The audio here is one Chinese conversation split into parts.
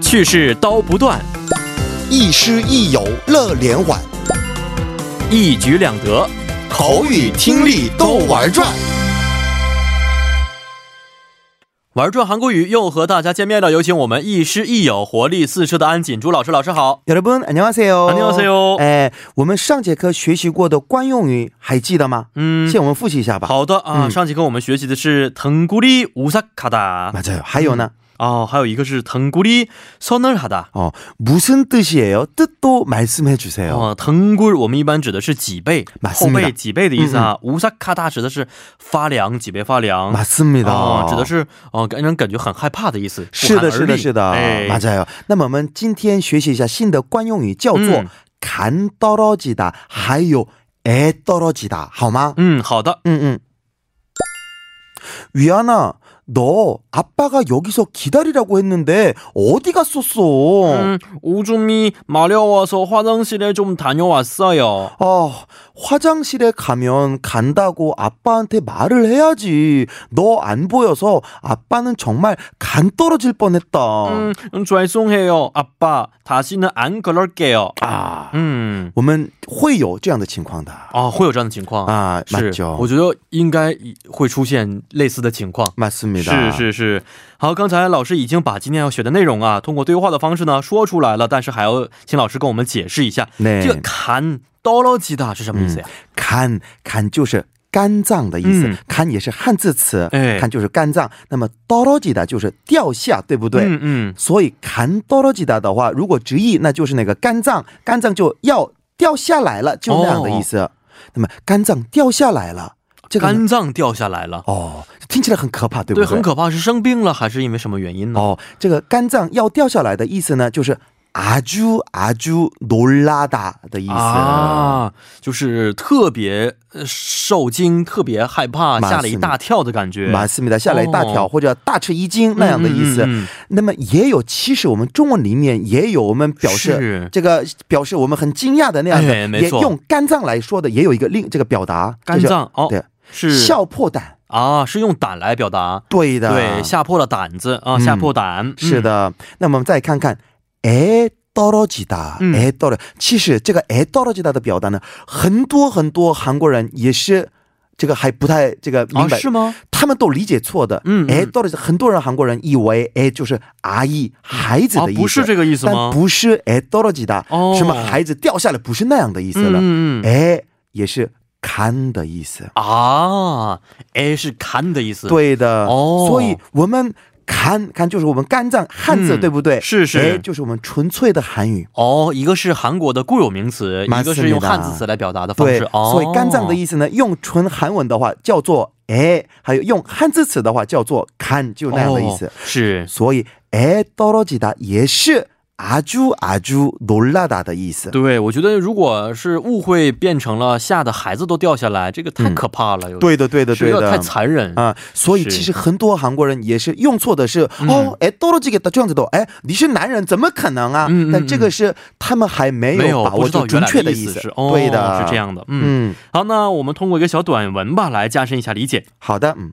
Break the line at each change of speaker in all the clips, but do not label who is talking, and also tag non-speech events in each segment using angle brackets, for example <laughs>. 去世刀不断，
亦师亦友乐连环，
一举两得。
口语听力都玩转。
玩转韩国语又和大家见面了，有请我们亦师亦友、活力四射的安锦珠老师。老师好，
여러분 안녕하세요.
안녕하세요.
哎，我们上节课学习过的惯用语还记得吗？
嗯
现在我们复习一下吧。，
好的啊，
嗯
上节课我们学习的是腾古里乌萨卡达，
맞아요. 还有呢？
哦，还有一个是腾古里선널하다。
哦，무슨뜻이에요？뜻도말씀해주세요。
哦，腾古我们一般指的是几倍，
맞습니다 嗯
后背几倍的意思啊。乌萨卡达指的是发凉，几倍发凉。
맞습니다。
哦，指的。是哦，给人感觉很害怕的意思。
是的，是的，是的，
哎，
맞아요。那么我们今天学习一下新的惯用语，叫做
嗯
“간떨어지다”，还有“애떨어지다”，好吗？
嗯，好的。
응, 응. 위안아, 너 아빠가 여기서 기다리라고 했는데 어디 갔었어?
음, 오줌이 마려워서 화장실에 좀 다녀왔어요.
아, 화장실에 가면 간다고 아빠한테 말을 해야지. 너 안 보여서 아빠는 정말 간 떨어질 뻔했다.
음, 죄송해요, 아빠. 다시는 안 그럴게요.
아, 嗯
음.
我们会有这样的情况的.
아, 哦会有这样的情况.
아,
是
맞죠.
我觉得应该会出现类似的情况。
맞습니다.
是是是，好，刚才老师已经把今天要学的内容啊，通过对话的方式呢说出来了，但是还要请老师跟我们解释一下，
네.
这个砍刀捞吉的是什么意思呀？
嗯 간간就是肝脏的意思，
嗯
肝也是汉字词，
哎
肝就是肝脏。那么 떨어지다 就是掉下，对不对？
嗯嗯，
所以간떨어지다的话，如果直译，那就是那个肝脏，肝脏就要掉下来了，就那样的意思。
哦
那么肝脏掉下来了，这个呢
肝脏掉下来了，
哦，听起来很可怕，对不
对，
对？
很可怕，是生病了还是因为什么原因呢？
哦，这个肝脏要掉下来的意思呢，就是아주아주놀라다的意思。
啊，就是特别呃受惊，特别害怕，
맞습니다
吓了一大跳的感觉。
马思密达吓了一大跳，
哦
或者大吃一惊那样的意思。
嗯嗯嗯
那么也有，其实我们中文里面也有我们表示
是 <laughs>
这个表示我们很惊讶的那样的，
哎没
也
错
用肝脏来说的，也有一个另这个表达，
肝脏哦
就是
是
对，笑破胆，
啊，是用胆来表达，
对的，
对，吓破了胆子啊，
嗯
吓破胆，嗯
是，的。那么我们再看看，哎。떨어지다，
嗯
哎，떨어，其实这个哎떨어지다的表达呢，很多很多韩国人也是这个还不太这个明
啊，
白，
是吗？
他们都理解错的。
嗯嗯
哎，到底是很多人韩国人以为哎就是阿姨孩子
啊
的意，思，
不是这个意思吗
但？不是哎떨어지다，
哦
什么孩子掉下来不是那样的意思了，
嗯嗯嗯
哎也是看的意思，
啊，哎，是看的意思，，
对的
哦
所以我们看看就是我们肝脏汉字、
嗯
对不对？
是是
哎就是我们纯粹的韩语。
哦，一个是韩国的固有名词，
맞습니다
一个是用汉字词来表达的方
对
式，，哦，
所以肝脏的意思呢，用纯韩文的话叫做哎，还有用汉字词的话叫做看，就那样的意思。
哦是。
所以哎떨어지다也是아주아주놀라다的意思。
对，我觉得如果是误会变成了吓得孩子都掉下来，这个太可怕了，有
对的，对的，
是
对
有点太
的。
残忍。
啊、所以
是
아, 其实很多韩国人也是用错的是、哦，哎，떨어지겠다这样子的，哎，你是男人怎么可能啊？
嗯嗯
但这个是他们还没
没
有把
不
握
知道
住
原
准
来
确
的
意
思
思。
是哦，
对的，
是这。样的，嗯。
嗯，
好，那我们通过一个小短文吧，来加深一下理解。
好的，嗯。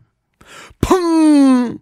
펑!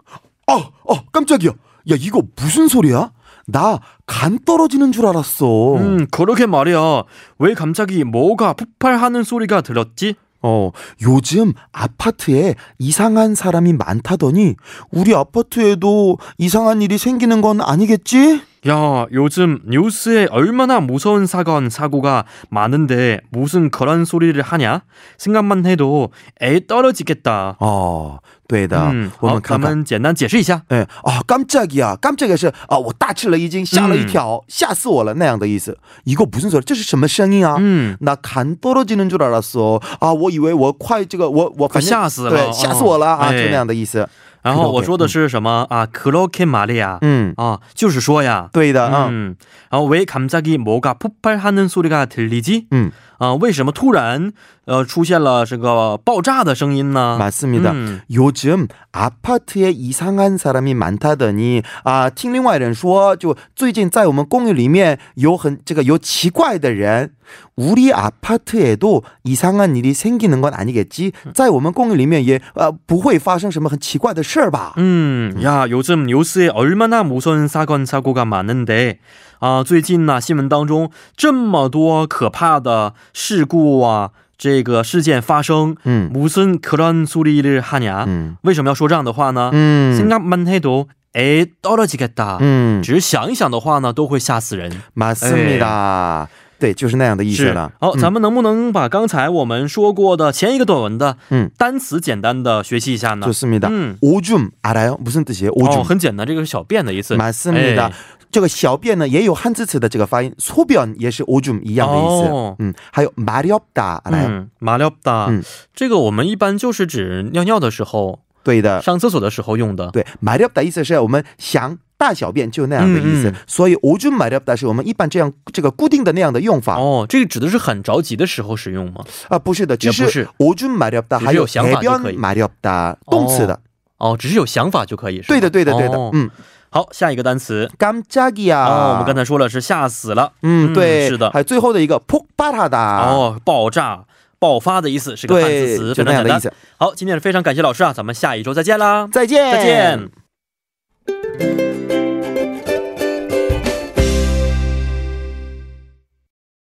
아, 아, 깜짝이야. 야, 이거 무슨 소리야? 나 간 떨어지는 줄 알았어.
음, 그렇게 말이야. 왜 갑자기 뭐가 폭발하는 소리가 들었지?
어, 요즘 아파트에 이상한 사람이 많다더니 우리 아파트에도 이상한 일이 생기는 건 아니겠지?
야, 요즘 뉴스에 얼마나 무서운 사건, 사고가 많은데 무슨 그런 소리를 하냐? 생각만 해도 애 떨어지겠다.
어, 对的.
음,
我
어,
们看看
그러면 简单解释一下.
예, 아, 哎哦 깜짝이야. 깜짝이야. 是, 아, 我大吃了一惊吓了
嗯
一跳吓死我了那样的意思 이거 무슨 소리? 这是什么声音啊?
음.
나 간 떨어지는 줄 알았어. 啊 아, 我以为我快这个我我反正
吓死了。哦哎
네, 吓死我了啊，
어.
就那样的意思.
然后我说的是什么啊？Kroke Maria，
嗯，
啊，就是说呀，
对的，嗯。
嗯，然后为갑자기 뭐가 폭발하는 소리가 들리지？
嗯
啊、为什么突然呃出现了这个爆炸的声音呢？嗯
맞습니다.
음.
요즘 아파트에 이상한 사람이 많다더니 아, 听另外人说,就最近在我们公寓里面有很这个有奇怪的人. 우리 아파트에도 이상한 일이 생기는 건 아니겠지? 아, 在我们公寓里面也不会发生什么很奇怪的事吧?
嗯呀，요즘뉴스에얼마나무서운사건사고가많은데啊，最近呢、新闻当中这么多可怕的事故啊，这个事件发生，
음.
무슨그런소리를하냐？
음.
为什么要说这样的话呢？
음.
생각만 해도 애 떨어지겠다。
음.
只是想一想的话呢，都会吓死人。
맞습니다. 对,就是那样的意思了.嗯
好，哦咱们能不能把刚才我们说过的前一个短文的
嗯
单词简单的学习一下呢？
좋습니다.
음.
오줌 알아요? 무슨 뜻이에요? 오줌.
哦，很简单，这个是小便的意思。
맞습니다.
哎
这个小便呢也有汉字词的这个发音，소변也是오줌一样的意思。
哦
嗯，还有말이없다来、
嗯，马尿达，
嗯
这个我们一般就是指尿尿的时候、
对的，
上厕所的时候用的。
呃对，말이없다意思是我们想大小便就那样的意思，
嗯嗯
所以오줌말이없다是我们一般这样这个固定的那样的用法啊、啊
哦，这个指的是很着急的时候使用吗？
不是的，只
也不
是
是
오줌말이없다
只是
还
有想
해변
法就可以
말이없다动词的，
哦，只是有想法就可以。是吧
对的，对的，对的，
哦
嗯，啊
好，下一个单词
깜짝이야，
哦，我们刚才说了是吓死了。
嗯，
嗯
对，
是的
还有最后的一个폭발하다，
哦，爆炸、爆发的意思是个汉字
啊对，
词，
就
非
那
常简
样的意
单。
思。
好，今天也非常感谢老师啊，咱们下一周再见啦，
再见，
再见